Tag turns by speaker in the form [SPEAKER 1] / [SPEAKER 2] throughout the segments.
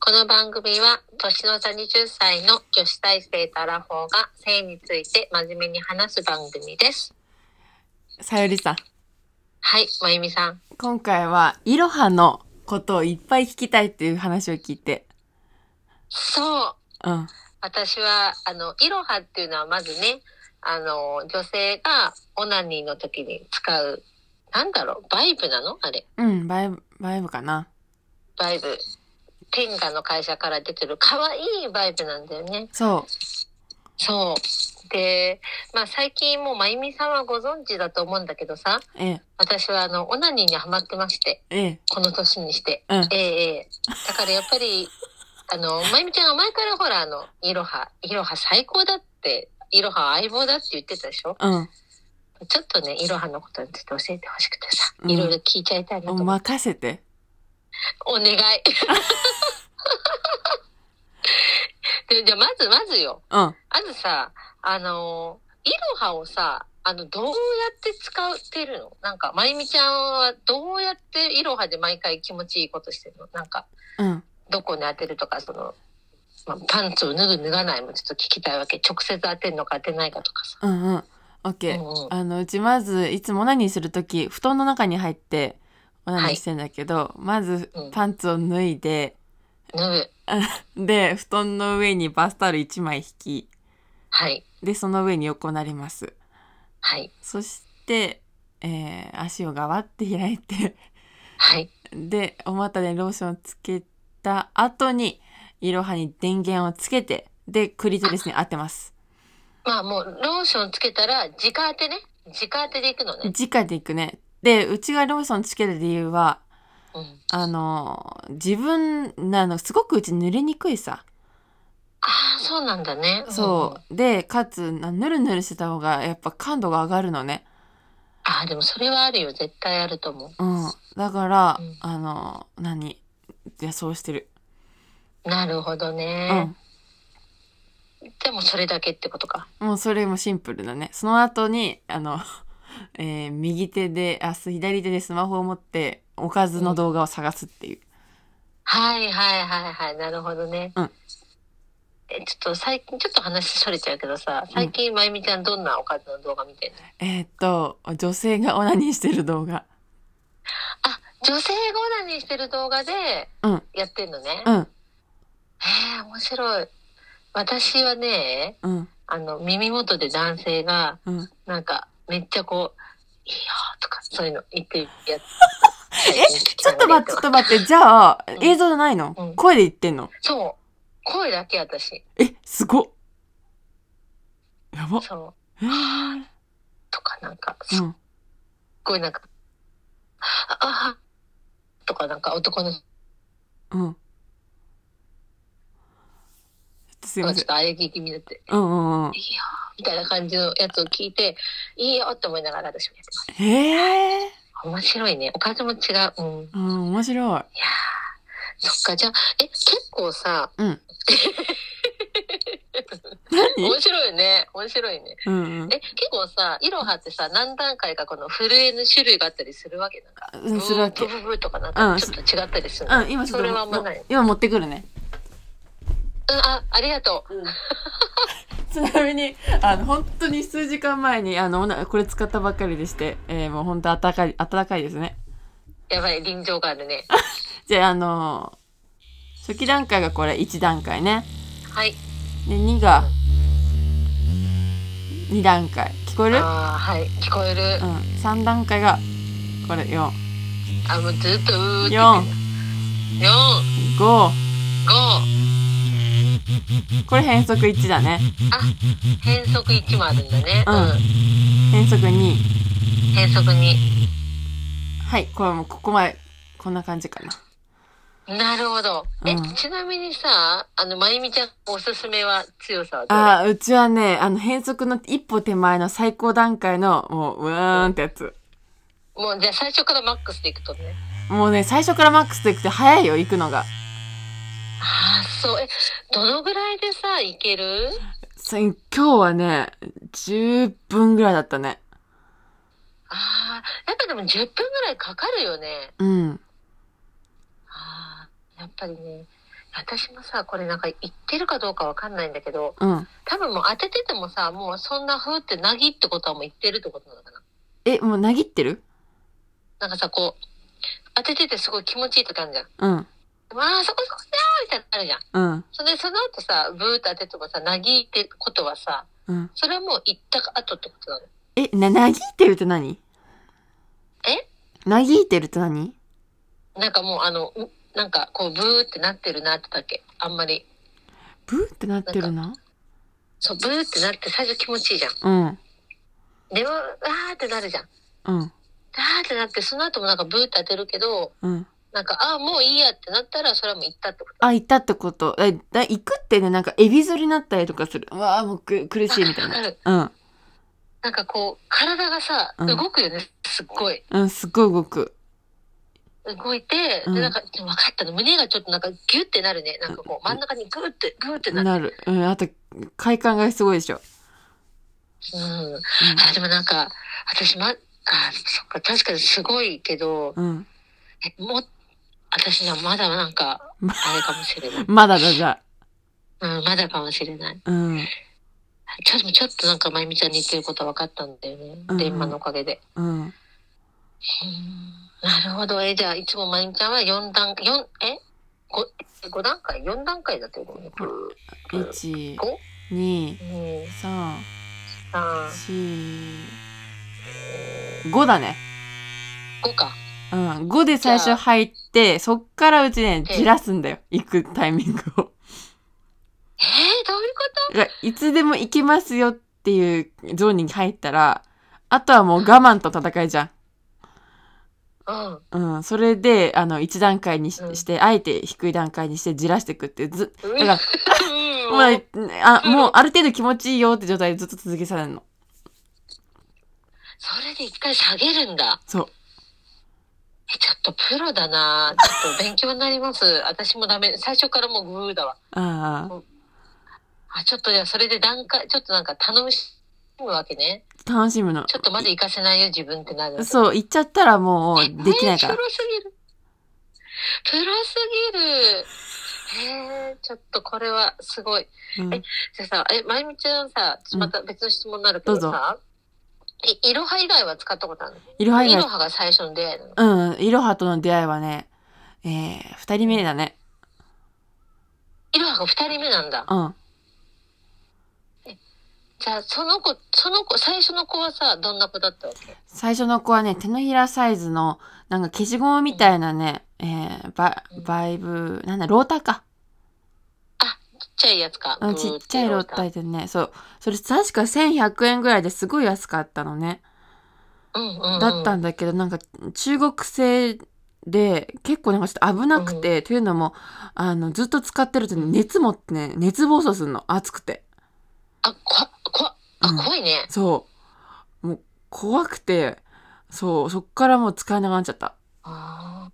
[SPEAKER 1] この番組は年の差20歳の女子大生とアラフォーが性について真面目に話す番組です。
[SPEAKER 2] さゆりさん、
[SPEAKER 1] はい、まゆみさん。
[SPEAKER 2] 今回は、いろはのことをいっぱい聞きたいっていう話を聞いて。
[SPEAKER 1] そう
[SPEAKER 2] うん。
[SPEAKER 1] 私は、あの、いろはっていうのはまずね、あの、女性がオナニーの時に使う、なんだろう、バイブなのあれ。
[SPEAKER 2] うん、バイブ、バイブかな。
[SPEAKER 1] バイブ。天下の会社から出てる可愛いバイブなんだよね。
[SPEAKER 2] そ
[SPEAKER 1] そう。で、まあ最近もうまゆみさんはご存知だと思うんだけどさ、
[SPEAKER 2] う。え
[SPEAKER 1] 私はあの、オナニーにハマってまして、
[SPEAKER 2] え、ええ、
[SPEAKER 1] この年にして。
[SPEAKER 2] うん
[SPEAKER 1] ええええだからやっぱり、あの、まゆみちゃんが前からほら、あの、いろは、いろは最高だって、いろは相棒だって言ってたでしょ
[SPEAKER 2] うん。
[SPEAKER 1] ちょっとね、いろはのことについて教えてほしくてさ、
[SPEAKER 2] うん
[SPEAKER 1] いろいろ聞いちゃいたいなと
[SPEAKER 2] お
[SPEAKER 1] 思う、
[SPEAKER 2] 任せて。
[SPEAKER 1] お願い。 でじゃあ、まずまずよ。
[SPEAKER 2] うん。
[SPEAKER 1] まずさ、あのー、いろはをさ、あの、どうやって使ってるのなんか、まゆみちゃんはどうやっていろはで毎回気持ちいいことしてるのなんか、
[SPEAKER 2] うん。
[SPEAKER 1] どこに当てるとか、その、まあ、パンツを脱ぐ脱がないもちょっと聞きたいわけ。直接当てるのか当てないかとかさ。
[SPEAKER 2] うんうん。オッ
[SPEAKER 1] う
[SPEAKER 2] ケー。
[SPEAKER 1] んうん、
[SPEAKER 2] あの、うちまず、いつも何するとき、布団の中に入って、
[SPEAKER 1] は
[SPEAKER 2] 何
[SPEAKER 1] い
[SPEAKER 2] してんだけど、まず
[SPEAKER 1] うん、
[SPEAKER 2] パンツを脱いで、
[SPEAKER 1] 脱ぐ。
[SPEAKER 2] で、布団の上にバスタオル1枚引き、
[SPEAKER 1] はい。
[SPEAKER 2] で、その上に横なります。
[SPEAKER 1] はい。
[SPEAKER 2] そして、えー足をガワって開いて、
[SPEAKER 1] はい。
[SPEAKER 2] で、お股でローションをつけた後に、いろはに電源をつけて、で、クリトリスに当てます。
[SPEAKER 1] まあもう、ローションつけたら、直当てね。直当てでいくのね。
[SPEAKER 2] 直でいくね。で、うちがローションつける理由は、
[SPEAKER 1] うん。
[SPEAKER 2] あの、自分、なの、すごくうち濡れにくいさ。
[SPEAKER 1] ああ、そうなんだね。うん
[SPEAKER 2] そう。で、かつ、なぬるぬるしてた方が、やっぱ感度が上がるのね。
[SPEAKER 1] ああ、でもそれはあるよ。絶対あると思う。
[SPEAKER 2] うん。だから
[SPEAKER 1] うん、
[SPEAKER 2] あの、何いや、そうしてる。
[SPEAKER 1] なるほど
[SPEAKER 2] う
[SPEAKER 1] ね
[SPEAKER 2] ん。。
[SPEAKER 1] でもそれだけってことか。
[SPEAKER 2] もうそれもシンプルだね。その後に、あの、 えー右手で、あ、す左手でスマホを持って、おかずの動画を探すっていう。
[SPEAKER 1] はいはいはいはい。なるほどね。
[SPEAKER 2] うん
[SPEAKER 1] え、ちょっと最近、ちょっと話それちゃうけどさ、最近まゆみちゃんどんなおかずの動画見てんの
[SPEAKER 2] えーっと、女性がオナニーしてる動画。
[SPEAKER 1] 女性がオナニーしてる動画で
[SPEAKER 2] うん、
[SPEAKER 1] やってんのね。
[SPEAKER 2] うん、
[SPEAKER 1] へえ、面白い。私はね、
[SPEAKER 2] うん、
[SPEAKER 1] あの、耳元で男性が、
[SPEAKER 2] うん。
[SPEAKER 1] なんか、めっちゃこう、いいよとか、そういうの言ってるやつ。
[SPEAKER 2] え、ちょっと待って、ちょっと待って。じゃあ、映像じゃないの、
[SPEAKER 1] うん
[SPEAKER 2] 声で言ってんの
[SPEAKER 1] そう。声だけ私。
[SPEAKER 2] え、すごっ。やば。
[SPEAKER 1] そう。
[SPEAKER 2] えー
[SPEAKER 1] とかなんか、
[SPEAKER 2] う
[SPEAKER 1] すっ
[SPEAKER 2] ん、
[SPEAKER 1] ごいなんか、ああとかなんか男の人
[SPEAKER 2] うん。ちょっとすい
[SPEAKER 1] が
[SPEAKER 2] ま
[SPEAKER 1] ちょ
[SPEAKER 2] せ
[SPEAKER 1] っ
[SPEAKER 2] ん。
[SPEAKER 1] とあえぎ気味になって、
[SPEAKER 2] うん、うん、うん
[SPEAKER 1] い。いよみたいな感じのやつを聞いて、いいよって思いながら私もやってます。
[SPEAKER 2] ええ
[SPEAKER 1] 面白いね。おかずも違う。うん。いやー
[SPEAKER 2] ー。うん、面白い。
[SPEAKER 1] そっか、じゃあ、え、結構さ、
[SPEAKER 2] うん。
[SPEAKER 1] 面白いね。面白いね。
[SPEAKER 2] うん、うん。
[SPEAKER 1] え、結構さ、イロハってさ、何段階かこの震えの種類があったりするわけなんか。
[SPEAKER 2] うん、するわけ。
[SPEAKER 1] ブーブーブーとかなんか、
[SPEAKER 2] うん
[SPEAKER 1] ちょっと違ったりするの。
[SPEAKER 2] うん、今ちょ
[SPEAKER 1] そ
[SPEAKER 2] っと
[SPEAKER 1] れはあんまない。うん、
[SPEAKER 2] 今持ってくるね。
[SPEAKER 1] あ、ありがとう。
[SPEAKER 2] ちなみに、あの、本当に数時間前に、あの、おなこれ使ったばっかりでして、えーもう本当暖かい、暖かいですね。
[SPEAKER 1] やばい、臨場があるね。
[SPEAKER 2] じゃあ、あのー初期段階がこれ1段階ね。
[SPEAKER 1] はい。
[SPEAKER 2] で、2が、2段階。聞こえるうん。
[SPEAKER 1] ああ、はい。聞こえる。
[SPEAKER 2] 3段階が、これ4、
[SPEAKER 1] あ、もうずっとうーって。
[SPEAKER 2] 4。
[SPEAKER 1] 四、
[SPEAKER 2] 5、
[SPEAKER 1] 五。
[SPEAKER 2] これ変則1だね。
[SPEAKER 1] あ、変則一もあるんだね。
[SPEAKER 2] う
[SPEAKER 1] うんん。
[SPEAKER 2] 変則2。
[SPEAKER 1] 変則二。
[SPEAKER 2] はい、これもうここまで、こんな感じかな。
[SPEAKER 1] なるほど。え、
[SPEAKER 2] うん
[SPEAKER 1] ちなみにさ、あの、まゆみちゃんおすすめは強さはどれ
[SPEAKER 2] ああ、うちはね、あの、変則の一歩手前の最高段階の、もう、うわーんってやつ。
[SPEAKER 1] もうじゃあ最初からマックスでいくとね。
[SPEAKER 2] もうね、最初からマックスと行くて早いよ、行くのが。
[SPEAKER 1] ああ、そう。え、どのぐらいでさ、いける
[SPEAKER 2] さ今日はね、10分ぐらいだったね。
[SPEAKER 1] ああ、やっぱでも10分ぐらいかかるよね。
[SPEAKER 2] うん。
[SPEAKER 1] ああ、やっぱりね。私もさ、これなんか言ってるかどうかわかんないんだけど、
[SPEAKER 2] うん。
[SPEAKER 1] 多分もう当てててもさ、もうそんなふうってなぎってことはもう言ってるってことなのかな。
[SPEAKER 2] え、もうなぎってる
[SPEAKER 1] なんかさ、こう、当てててすごい気持ちいい時あるじゃん。
[SPEAKER 2] うん。
[SPEAKER 1] わあ、そこそこだーみたいになるじゃん。
[SPEAKER 2] うん。
[SPEAKER 1] それで、その後さ、ブーって当ててもさ、なぎってことはさ、
[SPEAKER 2] うん。
[SPEAKER 1] それはもう言った後ってことなの。
[SPEAKER 2] え、な、なぎってるって何
[SPEAKER 1] え
[SPEAKER 2] なぎってるって何
[SPEAKER 1] なんかもうあの、うなんかこう、ブーってなってるなってだけ。あんまり。
[SPEAKER 2] ブーってなってるな。
[SPEAKER 1] そう、ブーってなって最初気持ちいいじゃん。
[SPEAKER 2] うん。
[SPEAKER 1] で、うわーってなるじゃん。
[SPEAKER 2] うん。
[SPEAKER 1] あーってなって、その後もなんかブーって当てるけど、
[SPEAKER 2] うん。
[SPEAKER 1] なんか、あーもういいやってなったら、それはもう言ったってこと。
[SPEAKER 2] あ、行ったってこと。え、だ行くってね、なんか、エビ反りになったりとかする。うわあ、もうく苦しいみたい
[SPEAKER 1] わか
[SPEAKER 2] な。
[SPEAKER 1] る。
[SPEAKER 2] うん。
[SPEAKER 1] なんかこう、体がさ、
[SPEAKER 2] うん
[SPEAKER 1] 動くよね。すっごい。
[SPEAKER 2] うん、すっごい動く。
[SPEAKER 1] 動いて、
[SPEAKER 2] うん
[SPEAKER 1] で、なんか、分かったの。胸がちょっとなんかギュってなるね。なんかこう、真ん中にグーって、グーってなる。
[SPEAKER 2] なる。うん、あと、快感がすごいでしょ。
[SPEAKER 1] うん。あ、でもなんか、私、ま、あ、そっか、確かにすごいけど、
[SPEAKER 2] うん。うん。
[SPEAKER 1] えもう、私にはまだなんか、
[SPEAKER 2] ま
[SPEAKER 1] あれかもしれない。
[SPEAKER 2] まだだ、じゃ
[SPEAKER 1] うん、まだかもしれない。
[SPEAKER 2] あ。うん。
[SPEAKER 1] ちょっと、ちょっとなんか、まゆみちゃんに言ってること分かったんだよね。
[SPEAKER 2] うん
[SPEAKER 1] 電話のおかげで。
[SPEAKER 2] うん。
[SPEAKER 1] なるほど。え、じゃあ、いつもまゆみちゃんは4段、四え ?5、五段階 ?4 段階だってことね。
[SPEAKER 2] 1、2、
[SPEAKER 1] うん、
[SPEAKER 2] 3、
[SPEAKER 1] 3、
[SPEAKER 2] 4、5だね。
[SPEAKER 1] 5か。
[SPEAKER 2] うん。5で最初入って、そっからうちね、じらすんだよ。行くタイミングを。
[SPEAKER 1] えー、どういうこと
[SPEAKER 2] だからいつでも行きますよっていうゾーンに入ったら、あとはもう我慢と戦いじゃ
[SPEAKER 1] うん。
[SPEAKER 2] ん。うん。それで、あの、1段階にし
[SPEAKER 1] うん
[SPEAKER 2] して、あえて低い段階にしてじらしていくっていう、ず、
[SPEAKER 1] う
[SPEAKER 2] だから、
[SPEAKER 1] ん
[SPEAKER 2] もう、あ、もうある程度気持ちいいよって状態でずっと続けされるの。
[SPEAKER 1] それで一回下げるんだ。
[SPEAKER 2] そう。
[SPEAKER 1] え、ちょっとプロだなちょっと勉強になります。私もダメ。最初からもうグーだわ。
[SPEAKER 2] ああ、
[SPEAKER 1] あ、ちょっとじゃあそれで段階、ちょっとなんか楽しむわけね。
[SPEAKER 2] 楽しむの。
[SPEAKER 1] ちょっとまだ行かせないよ、自分ってなる。
[SPEAKER 2] そう、行っちゃったらもうできないか
[SPEAKER 1] えー
[SPEAKER 2] ら
[SPEAKER 1] プ。ロすぎる。プロすぎる。えー、ちょっとこれはすごい。
[SPEAKER 2] うん
[SPEAKER 1] じゃあさ、え、まゆみちゃんさ、ちょっとまた別の質問になるけど
[SPEAKER 2] どう
[SPEAKER 1] さ、いいろは以外は使ったことあるの
[SPEAKER 2] いろはい
[SPEAKER 1] ろ
[SPEAKER 2] が、
[SPEAKER 1] はが最初の出会いなの。
[SPEAKER 2] うん、いろはとの出会いはね、えー、二人目だね。
[SPEAKER 1] いろはが二人目なんだ。
[SPEAKER 2] うん。
[SPEAKER 1] じゃあ、その子、その子、最初の子はさ、どんな子だったわけ
[SPEAKER 2] 最初の子はね、手のひらサイズの、なんか消しゴムみたいなね、えー、ババイブ、なんだ、ローターか。
[SPEAKER 1] ちっちゃいやつか
[SPEAKER 2] う。ん、ちっちゃいローターでね、そう。それ確か1100円ぐらいですごい安かったのね。
[SPEAKER 1] うんうんうん、
[SPEAKER 2] だった
[SPEAKER 1] うん
[SPEAKER 2] んだけど、なんか中国製で結構なんかちょっと危なくて、というのも、あの、ずっと使ってるとね熱持ってね、熱暴走するの、熱くて。
[SPEAKER 1] あ、こわ、こわ、あ、怖いね。
[SPEAKER 2] そう。もう怖くて、そう、そっからもう使えなくなっちゃった。
[SPEAKER 1] あー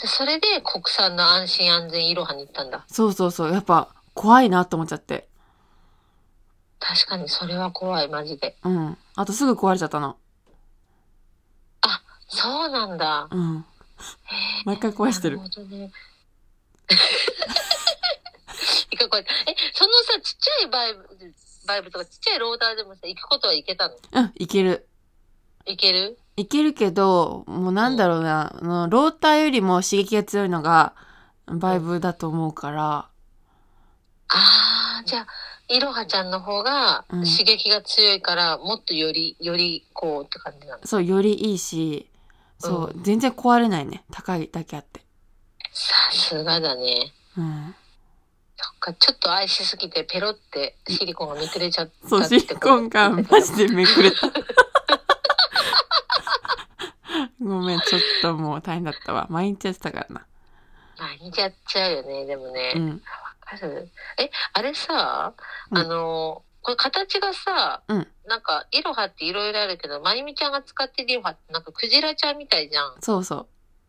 [SPEAKER 1] じゃあそれで国産の安心安全いろはに行ったんだ。
[SPEAKER 2] そうそうそう、やっぱ怖いなと思っちゃって。
[SPEAKER 1] 確かにそれは怖い、マジで。
[SPEAKER 2] うん。あとすぐ壊れちゃったの。
[SPEAKER 1] そうなんだ。
[SPEAKER 2] うん。毎回壊してる
[SPEAKER 1] な。るほどね。 一回こうやってえ、そのさ、ちっちゃいバイブ、バイブとかちっちゃいローターでもさ、行くことは行けたの
[SPEAKER 2] うん、いける。
[SPEAKER 1] 行ける
[SPEAKER 2] いけるけど、もうなんだろうな、あの、ローターよりも刺激が強いのが、バイブだと思うから、
[SPEAKER 1] ああ、じゃあ、いろはちゃんの方が
[SPEAKER 2] うん
[SPEAKER 1] 刺激が強いから、もっとより、よりこうって感じなの。
[SPEAKER 2] そう、よりいいし、そう、
[SPEAKER 1] う
[SPEAKER 2] 全然壊れないね。高いだけあって。
[SPEAKER 1] さすがだね。
[SPEAKER 2] うん。
[SPEAKER 1] そっか、ちょっと愛しすぎて、ペロってシリコンがめくれちゃった
[SPEAKER 2] そう、シリコンがマジでめくれた。ごめん、ちょっともう大変だったわ。毎日やってたからな。
[SPEAKER 1] 似ちゃっちゃうよね、でもね。
[SPEAKER 2] うん。
[SPEAKER 1] あるえ、あれさ、
[SPEAKER 2] うん
[SPEAKER 1] あの、これ形がさ、
[SPEAKER 2] うん
[SPEAKER 1] なんか、イロハっていろいろあるけど、まゆみちゃんが使ってるイロハってなんかクジラちゃんみたいじゃん。
[SPEAKER 2] そうそう。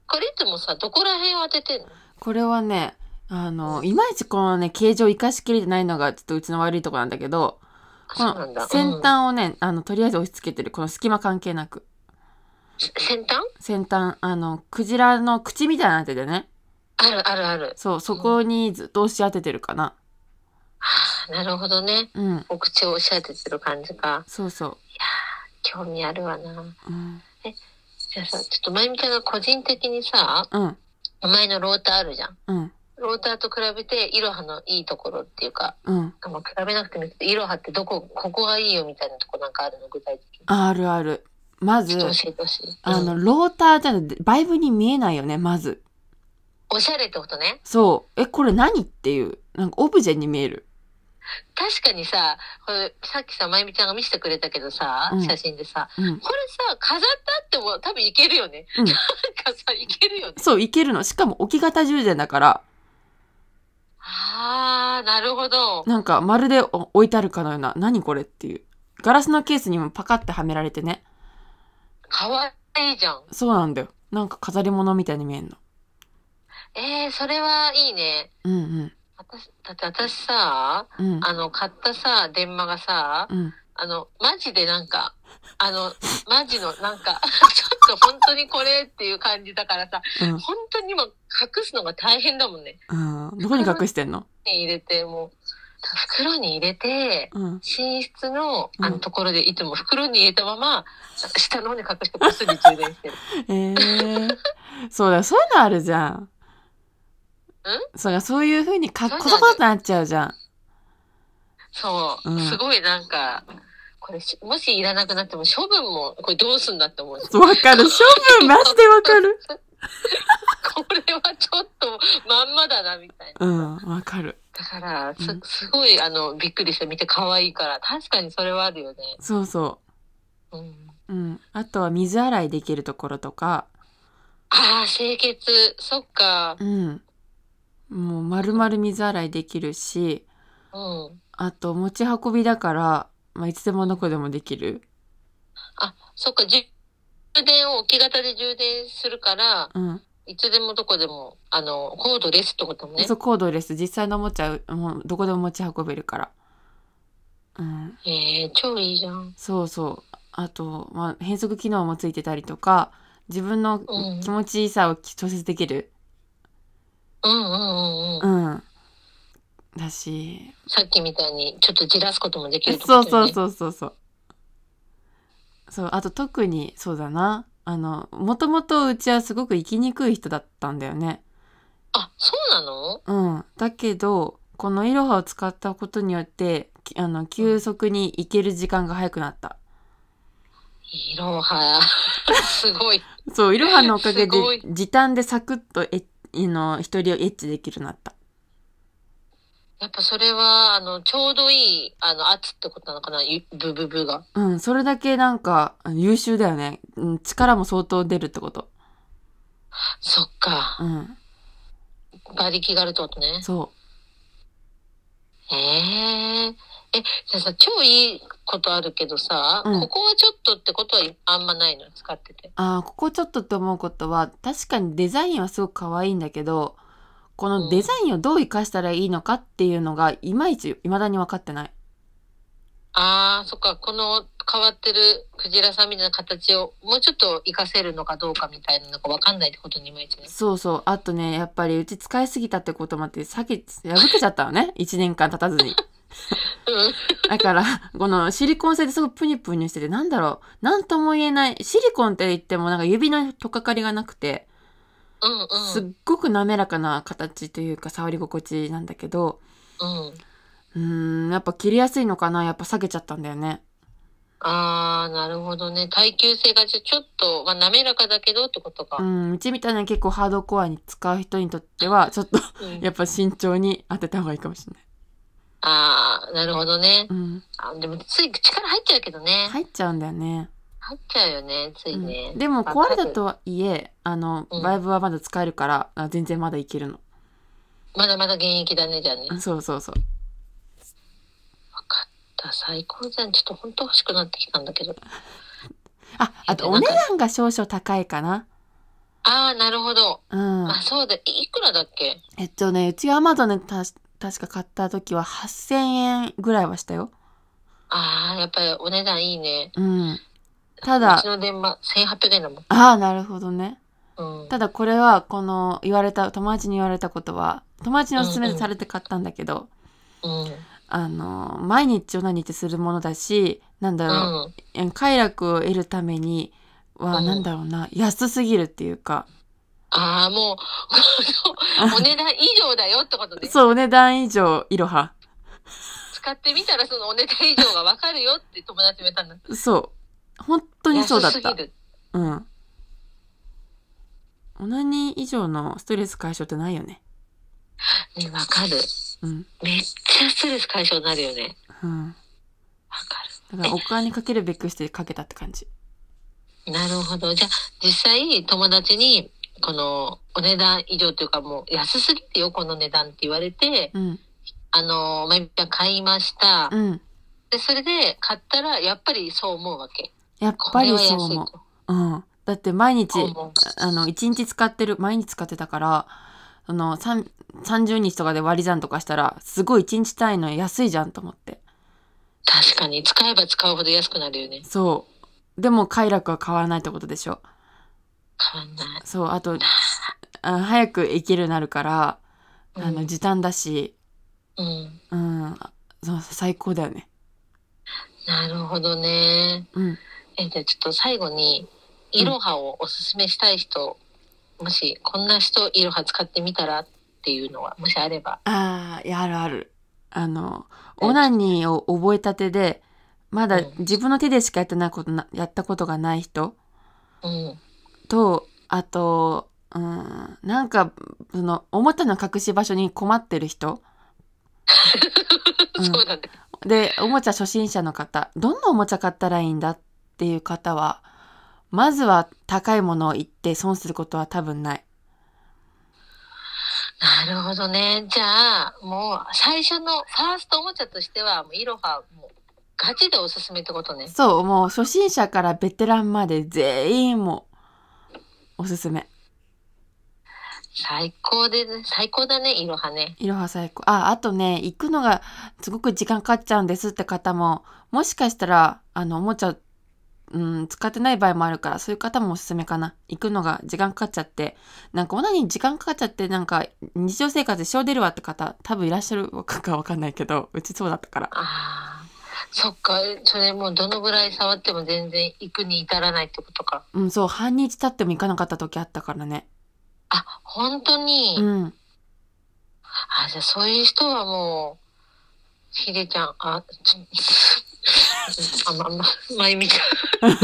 [SPEAKER 1] これいつもさ、どこら辺を当ててんの
[SPEAKER 2] これはね、あの、いまいちこのね、形状を生かしきれてないのが、ちょっとうちの悪いとこなんだけど、
[SPEAKER 1] あ
[SPEAKER 2] こ
[SPEAKER 1] そうなんだ。
[SPEAKER 2] の先端をね、あの、とりあえず押し付けてる。この隙間関係なく。
[SPEAKER 1] うん。先端
[SPEAKER 2] 先端、あの、クジラの口みたいな手でね、
[SPEAKER 1] あるあるある。
[SPEAKER 2] そう、そこにずっと押し当ててるかな。
[SPEAKER 1] はあ、なるほどね。
[SPEAKER 2] うん。
[SPEAKER 1] お口を押し当ててる感じか。
[SPEAKER 2] そうそ
[SPEAKER 1] 興味あるわな。
[SPEAKER 2] う。うん。
[SPEAKER 1] じゃあさ、ちょっとまゆみちゃんが個人的にさ、
[SPEAKER 2] うん。
[SPEAKER 1] お前のローターあるじゃん。
[SPEAKER 2] うん。
[SPEAKER 1] ローターと比べて、イロハのいいところっていうか、
[SPEAKER 2] うん。
[SPEAKER 1] あんま比べなくてもいいけど、イロハってどこ、ここがいいよみたいなとこなんかあるの、具体的に。
[SPEAKER 2] あるある。まず
[SPEAKER 1] ちょ、っと教えてほしい。
[SPEAKER 2] あ
[SPEAKER 1] う
[SPEAKER 2] の、
[SPEAKER 1] ん、
[SPEAKER 2] ローターじゃなくて、バイブに見えないよね、まず。
[SPEAKER 1] おしゃれってことね。
[SPEAKER 2] そう。え、これ何っていう。なんかオブジェに見える。
[SPEAKER 1] 確かにさ、これさっきさ、まゆみちゃんが見せてくれたけどさ、
[SPEAKER 2] うん
[SPEAKER 1] 写真でさ、
[SPEAKER 2] うん。
[SPEAKER 1] これさ、飾ったっても多分いけるよね。
[SPEAKER 2] うん
[SPEAKER 1] なんかさ、いけるよね。
[SPEAKER 2] そう、いけるの。しかも置き型充電だから、
[SPEAKER 1] あー、なるほど。
[SPEAKER 2] なんかまるでお置いてあるかのような、何これっていう。ガラスのケースにもパカってはめられてね。
[SPEAKER 1] かわいいじゃん。
[SPEAKER 2] そうなんだよ。なんか飾り物みたいに見えんの。
[SPEAKER 1] えー、それはいいね。
[SPEAKER 2] うんうん。
[SPEAKER 1] 私、だって私さ、
[SPEAKER 2] うん。
[SPEAKER 1] あの、買ったさ、電話がさ、
[SPEAKER 2] うん。
[SPEAKER 1] あの、マジでなんか、あの、マジのなんか、 ちょっと本当にこれっていう感じだからさ、
[SPEAKER 2] うん。
[SPEAKER 1] 本当に今隠すのが大変だもんね。
[SPEAKER 2] うん。どこに隠してんの
[SPEAKER 1] 入れて、もう、袋に入れて、
[SPEAKER 2] うん。
[SPEAKER 1] 寝室の、あ
[SPEAKER 2] う
[SPEAKER 1] の、
[SPEAKER 2] ん
[SPEAKER 1] ところでいつも袋に入れたまま、下の方に隠してこっそり充電してる。
[SPEAKER 2] ええー。そうだ、そういうのあるじゃん。そうだ、そういう風にかっ
[SPEAKER 1] そういう
[SPEAKER 2] こ
[SPEAKER 1] のあ
[SPEAKER 2] そ
[SPEAKER 1] る
[SPEAKER 2] ことなっちゃうじゃん。
[SPEAKER 1] そう、
[SPEAKER 2] うん
[SPEAKER 1] すごいなんか、これし、もしいらなくなっても処分も、これどうすんだって思うし。
[SPEAKER 2] わかる。処分マジでわかる。
[SPEAKER 1] これはちょっとまんまだな、みたいな。
[SPEAKER 2] うん、わかる。
[SPEAKER 1] だから、
[SPEAKER 2] う
[SPEAKER 1] す
[SPEAKER 2] ん、
[SPEAKER 1] すごい、あの、びっくりして見て可愛いから、確かにそれはあるよね。
[SPEAKER 2] そうそ
[SPEAKER 1] うん。
[SPEAKER 2] う。うん。あとは水洗いできるところとか、
[SPEAKER 1] ああ、清潔。そっか。
[SPEAKER 2] うん。もう丸々水洗いできるし、
[SPEAKER 1] うん。
[SPEAKER 2] あと持ち運びだから、まあ、いつでもどこでもできる。
[SPEAKER 1] あ、そっか、じ充電を置き型で充電するから、
[SPEAKER 2] うん。
[SPEAKER 1] いつでもどこでも、あの、コードレスってことね
[SPEAKER 2] そ。う、コードレス。実際のおもちゃ、もうどこでも持ち運べるから。うん。
[SPEAKER 1] ええー、超いいじゃん。
[SPEAKER 2] そうそう。あと、まあ、変速機能もついてたりとか、自分の
[SPEAKER 1] うん
[SPEAKER 2] 気持ちいいさを調節できる。
[SPEAKER 1] うんうんうんうん。
[SPEAKER 2] うん。だし、
[SPEAKER 1] さっきみたいに、ちょっとじらすこともできるって
[SPEAKER 2] そ
[SPEAKER 1] こ
[SPEAKER 2] うそ
[SPEAKER 1] と
[SPEAKER 2] う
[SPEAKER 1] ね。う
[SPEAKER 2] そうそうそう。そう、あと特に、そうだな。あの、もともとうちはすごく生きにくい人だったんだよね。
[SPEAKER 1] あ、そうなの
[SPEAKER 2] うん。だけど、このイロハを使ったことによって、きあの、急速に行ける時間が早くなった。
[SPEAKER 1] いろは、 すごい。
[SPEAKER 2] そう、イロハのおかげ
[SPEAKER 1] すごい
[SPEAKER 2] で、時短でサクッとえ、あの、一人をエッチできるようになった。
[SPEAKER 1] やっぱそれは、あの、ちょうどいい、あの、圧ってことなのかなゆブブブが。
[SPEAKER 2] うん、それだけなんか、あの優秀だよね。うん、力も相当出るってこと。
[SPEAKER 1] そっか。
[SPEAKER 2] うん、
[SPEAKER 1] 馬力があるってことね。
[SPEAKER 2] そ
[SPEAKER 1] へえー。え、じゃあさ、超いいことあるけどさ、
[SPEAKER 2] うん
[SPEAKER 1] ここはちょっとってことはいあんまないの使ってて
[SPEAKER 2] う。。ああ、ここちょっとって思うことは、確かにデザインはすごく可愛いんだけど、このデザインをどう活かしたらいいのかっていうのが、いまいち未だに分かってない。
[SPEAKER 1] あー、そっか。この変わってるクジラさんみたいな形をもうちょっと活かせるのかどうかみたいなのがわかんないってことにいまいちね。
[SPEAKER 2] そうそう。あとね、やっぱりうち使いすぎたってこともあって、さっき破けちゃったのね。1年間 経たずに。
[SPEAKER 1] うん。
[SPEAKER 2] だから、このシリコン製ですごくプニプニしてて、なんだろう。なんとも言えない。シリコンって言ってもなんか指のとっかかりがなくて、
[SPEAKER 1] うんうん。
[SPEAKER 2] すっごく滑らかな形というか、触り心地なんだけど、
[SPEAKER 1] うん。
[SPEAKER 2] うーん、やっぱ切りやすいのかな。やっぱ下げちゃったんだよね。
[SPEAKER 1] あー、なるほどね。耐久性がじゃちょっと、まあ、滑らかだけどってことか。
[SPEAKER 2] うん、うちみたいな結構ハードコアに使う人にとっては、ちょっ と
[SPEAKER 1] うん
[SPEAKER 2] やっぱ慎重に当てた方がいいかもしれない。
[SPEAKER 1] あー、なるほどね。
[SPEAKER 2] うん。
[SPEAKER 1] あでも、つい力入っちゃうけどね。
[SPEAKER 2] 入っちゃうんだよね。
[SPEAKER 1] 入っちゃうよね、ついね。
[SPEAKER 2] うんでも壊れたとはいえ、あの、
[SPEAKER 1] うん
[SPEAKER 2] バイブはまだ使えるから、あ全然まだいけるの。
[SPEAKER 1] まだまだ現役だね、じゃあね。
[SPEAKER 2] うんそうそうそう。
[SPEAKER 1] 分かった。最高じゃん。ちょっと本当欲しくなってきたんだけど。
[SPEAKER 2] あ、あとお値段が少々高いかな。
[SPEAKER 1] あー、なるほど。
[SPEAKER 2] うん。
[SPEAKER 1] あ、そうだ。いいくらだっけ
[SPEAKER 2] えっとね、うちがアマゾンでたし確か買った時は8000円ぐらいはしたよ。
[SPEAKER 1] あー、やっぱりお値段いいね。
[SPEAKER 2] うん。た
[SPEAKER 1] う
[SPEAKER 2] だ
[SPEAKER 1] ち、の電話、1800円だもん。
[SPEAKER 2] ああ、なるほどね。
[SPEAKER 1] ううん。
[SPEAKER 2] ただこれはこの言われた友達に言われたことは友達におすすめされて買ったんだけど、
[SPEAKER 1] うん。
[SPEAKER 2] あの毎日オナニーってするものだしなんだ
[SPEAKER 1] う
[SPEAKER 2] ろ
[SPEAKER 1] ん。
[SPEAKER 2] う、快楽を得るためには
[SPEAKER 1] うん
[SPEAKER 2] なんだろうな、安すぎるっていうか
[SPEAKER 1] ああ、も う、お値段以上だよってことね。
[SPEAKER 2] そうお値段以上いろは
[SPEAKER 1] 使ってみたらそのお値段以上がわかるよって友達も言ったんだ。
[SPEAKER 2] そう本当にそうだっ
[SPEAKER 1] 安す
[SPEAKER 2] た
[SPEAKER 1] ぎる。
[SPEAKER 2] うんオナニー以上のストレス解消ってないよね
[SPEAKER 1] ね、わかる。
[SPEAKER 2] うん
[SPEAKER 1] めっちゃストレス解消になるよね。
[SPEAKER 2] うん
[SPEAKER 1] わか
[SPEAKER 2] だからお金かけるべくしてかけたって感じ
[SPEAKER 1] る。なるほど。じゃあ、実際友達に、このお値段以上というかもう安すぎてよ、この値段って言われて、
[SPEAKER 2] うん
[SPEAKER 1] あの、まゆみちゃん買いました。
[SPEAKER 2] うん
[SPEAKER 1] で、それで買ったら、やっぱりそう思うわけ。
[SPEAKER 2] やっ
[SPEAKER 1] こ
[SPEAKER 2] ぱ
[SPEAKER 1] れ
[SPEAKER 2] り
[SPEAKER 1] は
[SPEAKER 2] そ
[SPEAKER 1] 安
[SPEAKER 2] う
[SPEAKER 1] い
[SPEAKER 2] 思う
[SPEAKER 1] と。
[SPEAKER 2] うん。だって毎日
[SPEAKER 1] そう思う、
[SPEAKER 2] あの、1日使ってる、毎日使ってたから、その、さん30日とかで割り算とかしたら、すごい1日単位の安いじゃんと思って。
[SPEAKER 1] 確かに、使えば使うほど安くなるよね。
[SPEAKER 2] そう。でも、快楽は変わらないってことでしょ。
[SPEAKER 1] 変わんない。
[SPEAKER 2] そう、あと、あ早く行けるようになるから、あ
[SPEAKER 1] う
[SPEAKER 2] の、
[SPEAKER 1] ん
[SPEAKER 2] 時短だし、
[SPEAKER 1] うん。
[SPEAKER 2] うん、あそう最高だよね。
[SPEAKER 1] なるほどね。
[SPEAKER 2] うん。
[SPEAKER 1] え、じゃあちょっと最後に、イロハをおすすめしたい人、もし、こんな人、イロハ使ってみたらっていうのは、もしあれば。
[SPEAKER 2] ああ、いや、あるある。あの、オナニーを覚えたてで、まだ
[SPEAKER 1] うん
[SPEAKER 2] 自分の手でしかやってないことな、やったことがない人、
[SPEAKER 1] うん。
[SPEAKER 2] とあとうんなんかその表の隠し場所に困ってる人うん
[SPEAKER 1] そうだね。
[SPEAKER 2] でおもちゃ初心者の方どんなおもちゃ買ったらいいんだっていう方はまずは高いものを言って損することは多分ない。
[SPEAKER 1] なるほどね。じゃあ、もう、最初の、ファーストおもちゃとしては、もうイロハ、もう、ガチでおすすめってことね。
[SPEAKER 2] そうもう初心者からベテランまで全員もうおすすめ。
[SPEAKER 1] 最高で、ね、最高だね、イロハね。
[SPEAKER 2] いろは最高。あ、あとね、行くのがすごく時間かかっちゃうんですって方も、もしかしたら、あの、おもちゃ、うん、使ってない場合もあるから、そういう方もおすすめかな。行くのが時間かかっちゃって、なんか、オナニーに時間かかっちゃって、なんか、日常生活で症出るわって方、多分いらっしゃるかわかんないけど、うちそうだったから。
[SPEAKER 1] ああ、そっか、それもうどのぐらい触っても全然行くに至らないってことか。
[SPEAKER 2] うん、そう、半日経っても行かなかった時あったからね。
[SPEAKER 1] あ、本当に、
[SPEAKER 2] うん。
[SPEAKER 1] あ、じゃあそういう人はもう、ひでちゃん、あ、ちょ あ、ま、ま、まゆみちゃん。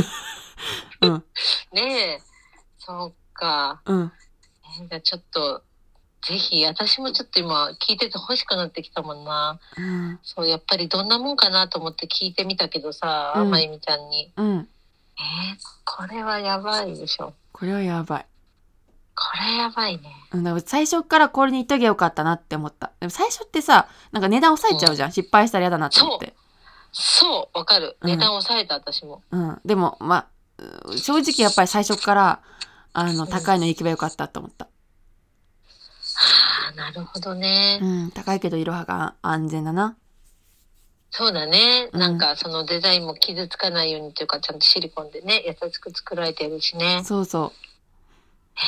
[SPEAKER 2] うん
[SPEAKER 1] ねえ、そっか。
[SPEAKER 2] うん。
[SPEAKER 1] えじゃあちょっと、ぜひ、私もちょっと今聞いてて欲しくなってきたもんな。
[SPEAKER 2] うん。
[SPEAKER 1] そう、やっぱりどんなもんかなと思って聞いてみたけどさ、
[SPEAKER 2] うん
[SPEAKER 1] まゆみちゃんに。
[SPEAKER 2] うん。
[SPEAKER 1] えーこれはやばいでしょ。
[SPEAKER 2] これはやばい。
[SPEAKER 1] これやばいね。
[SPEAKER 2] うん、だから最初からこれに言っときゃよかったなって思った。でも最初ってさ、なんか値段抑えちゃうじゃん。失敗したら嫌だなって思って。
[SPEAKER 1] そう、わかる。
[SPEAKER 2] うん
[SPEAKER 1] 値段抑えた、私も。
[SPEAKER 2] うん。でも、まあ、うん正直やっぱり最初から、あの、
[SPEAKER 1] ん
[SPEAKER 2] 高いの行けばよかったと思った。
[SPEAKER 1] ああ、なるほどね。
[SPEAKER 2] うん、高いけどいろはが安全だな。
[SPEAKER 1] そうだね。
[SPEAKER 2] うん
[SPEAKER 1] なんか、そのデザインも傷つかないようにというか、ちゃんとシリコンでね、優しく作られてるしね。
[SPEAKER 2] そうそ
[SPEAKER 1] へえ。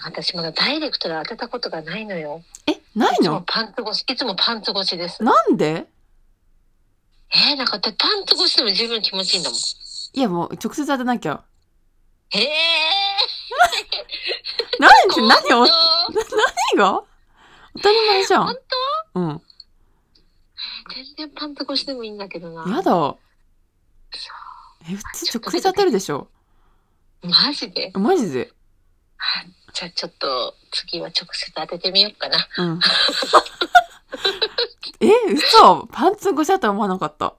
[SPEAKER 1] なんか私まだダイレクトで当てたことがないのよ。
[SPEAKER 2] う。え、ない
[SPEAKER 1] いつも
[SPEAKER 2] の
[SPEAKER 1] パンツ越し、いつもパンツ越しです。
[SPEAKER 2] なんで
[SPEAKER 1] えー、なんかだってパンツ越しでも十分気持ちいいんだもん。
[SPEAKER 2] いや、もう直接当てなきゃ。
[SPEAKER 1] へえ。
[SPEAKER 2] 何、何を、
[SPEAKER 1] 本
[SPEAKER 2] 何が当たり前じゃん。うん。
[SPEAKER 1] 当全然パンツ越しでもいいんだけどな。
[SPEAKER 2] やだ。え、普通直接当てるでしょ。
[SPEAKER 1] マジで
[SPEAKER 2] マジで。
[SPEAKER 1] じゃあちょっと次は直接当ててみようかな。
[SPEAKER 2] うん。 え、嘘パンツ越しだとは思わなかった。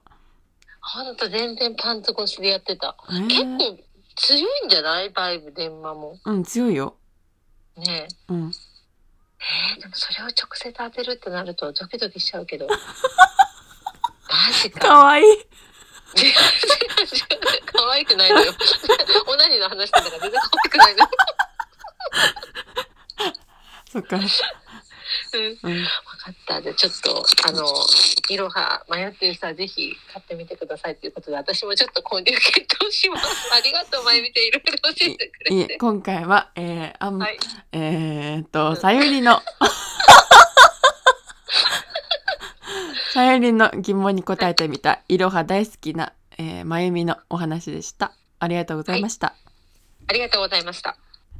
[SPEAKER 1] ほんと全然パンツ越しでやってた。
[SPEAKER 2] えー
[SPEAKER 1] 結構強いんじゃないバイブ電話も。
[SPEAKER 2] うん、強いよ。
[SPEAKER 1] ね
[SPEAKER 2] うん。
[SPEAKER 1] え。えーでもそれを直接当てるってなるとドキドキしちゃう けど。マジか。
[SPEAKER 2] か わいい。
[SPEAKER 1] 違う違う違う可愛くないのよ。 オナニーの話だから全然可愛くないのよ。
[SPEAKER 2] そっか。
[SPEAKER 1] うん
[SPEAKER 2] うん。
[SPEAKER 1] 分かった。じゃあちょっと、あの、いろは迷ってる人はぜひ買ってみてくださいということで、私もちょっと購入検討します。ありがとう、まゆみちゃん。いろいろ教えてく
[SPEAKER 2] い
[SPEAKER 1] れ
[SPEAKER 2] え、
[SPEAKER 1] て。
[SPEAKER 2] 今回は、えー、あん、
[SPEAKER 1] はい。
[SPEAKER 2] えーっと、さゆり の、さゆりの疑問に答えてみた、いろは大好きな、えー、まゆみのお話でした。ありがとうございました。
[SPEAKER 1] ありがとうございました。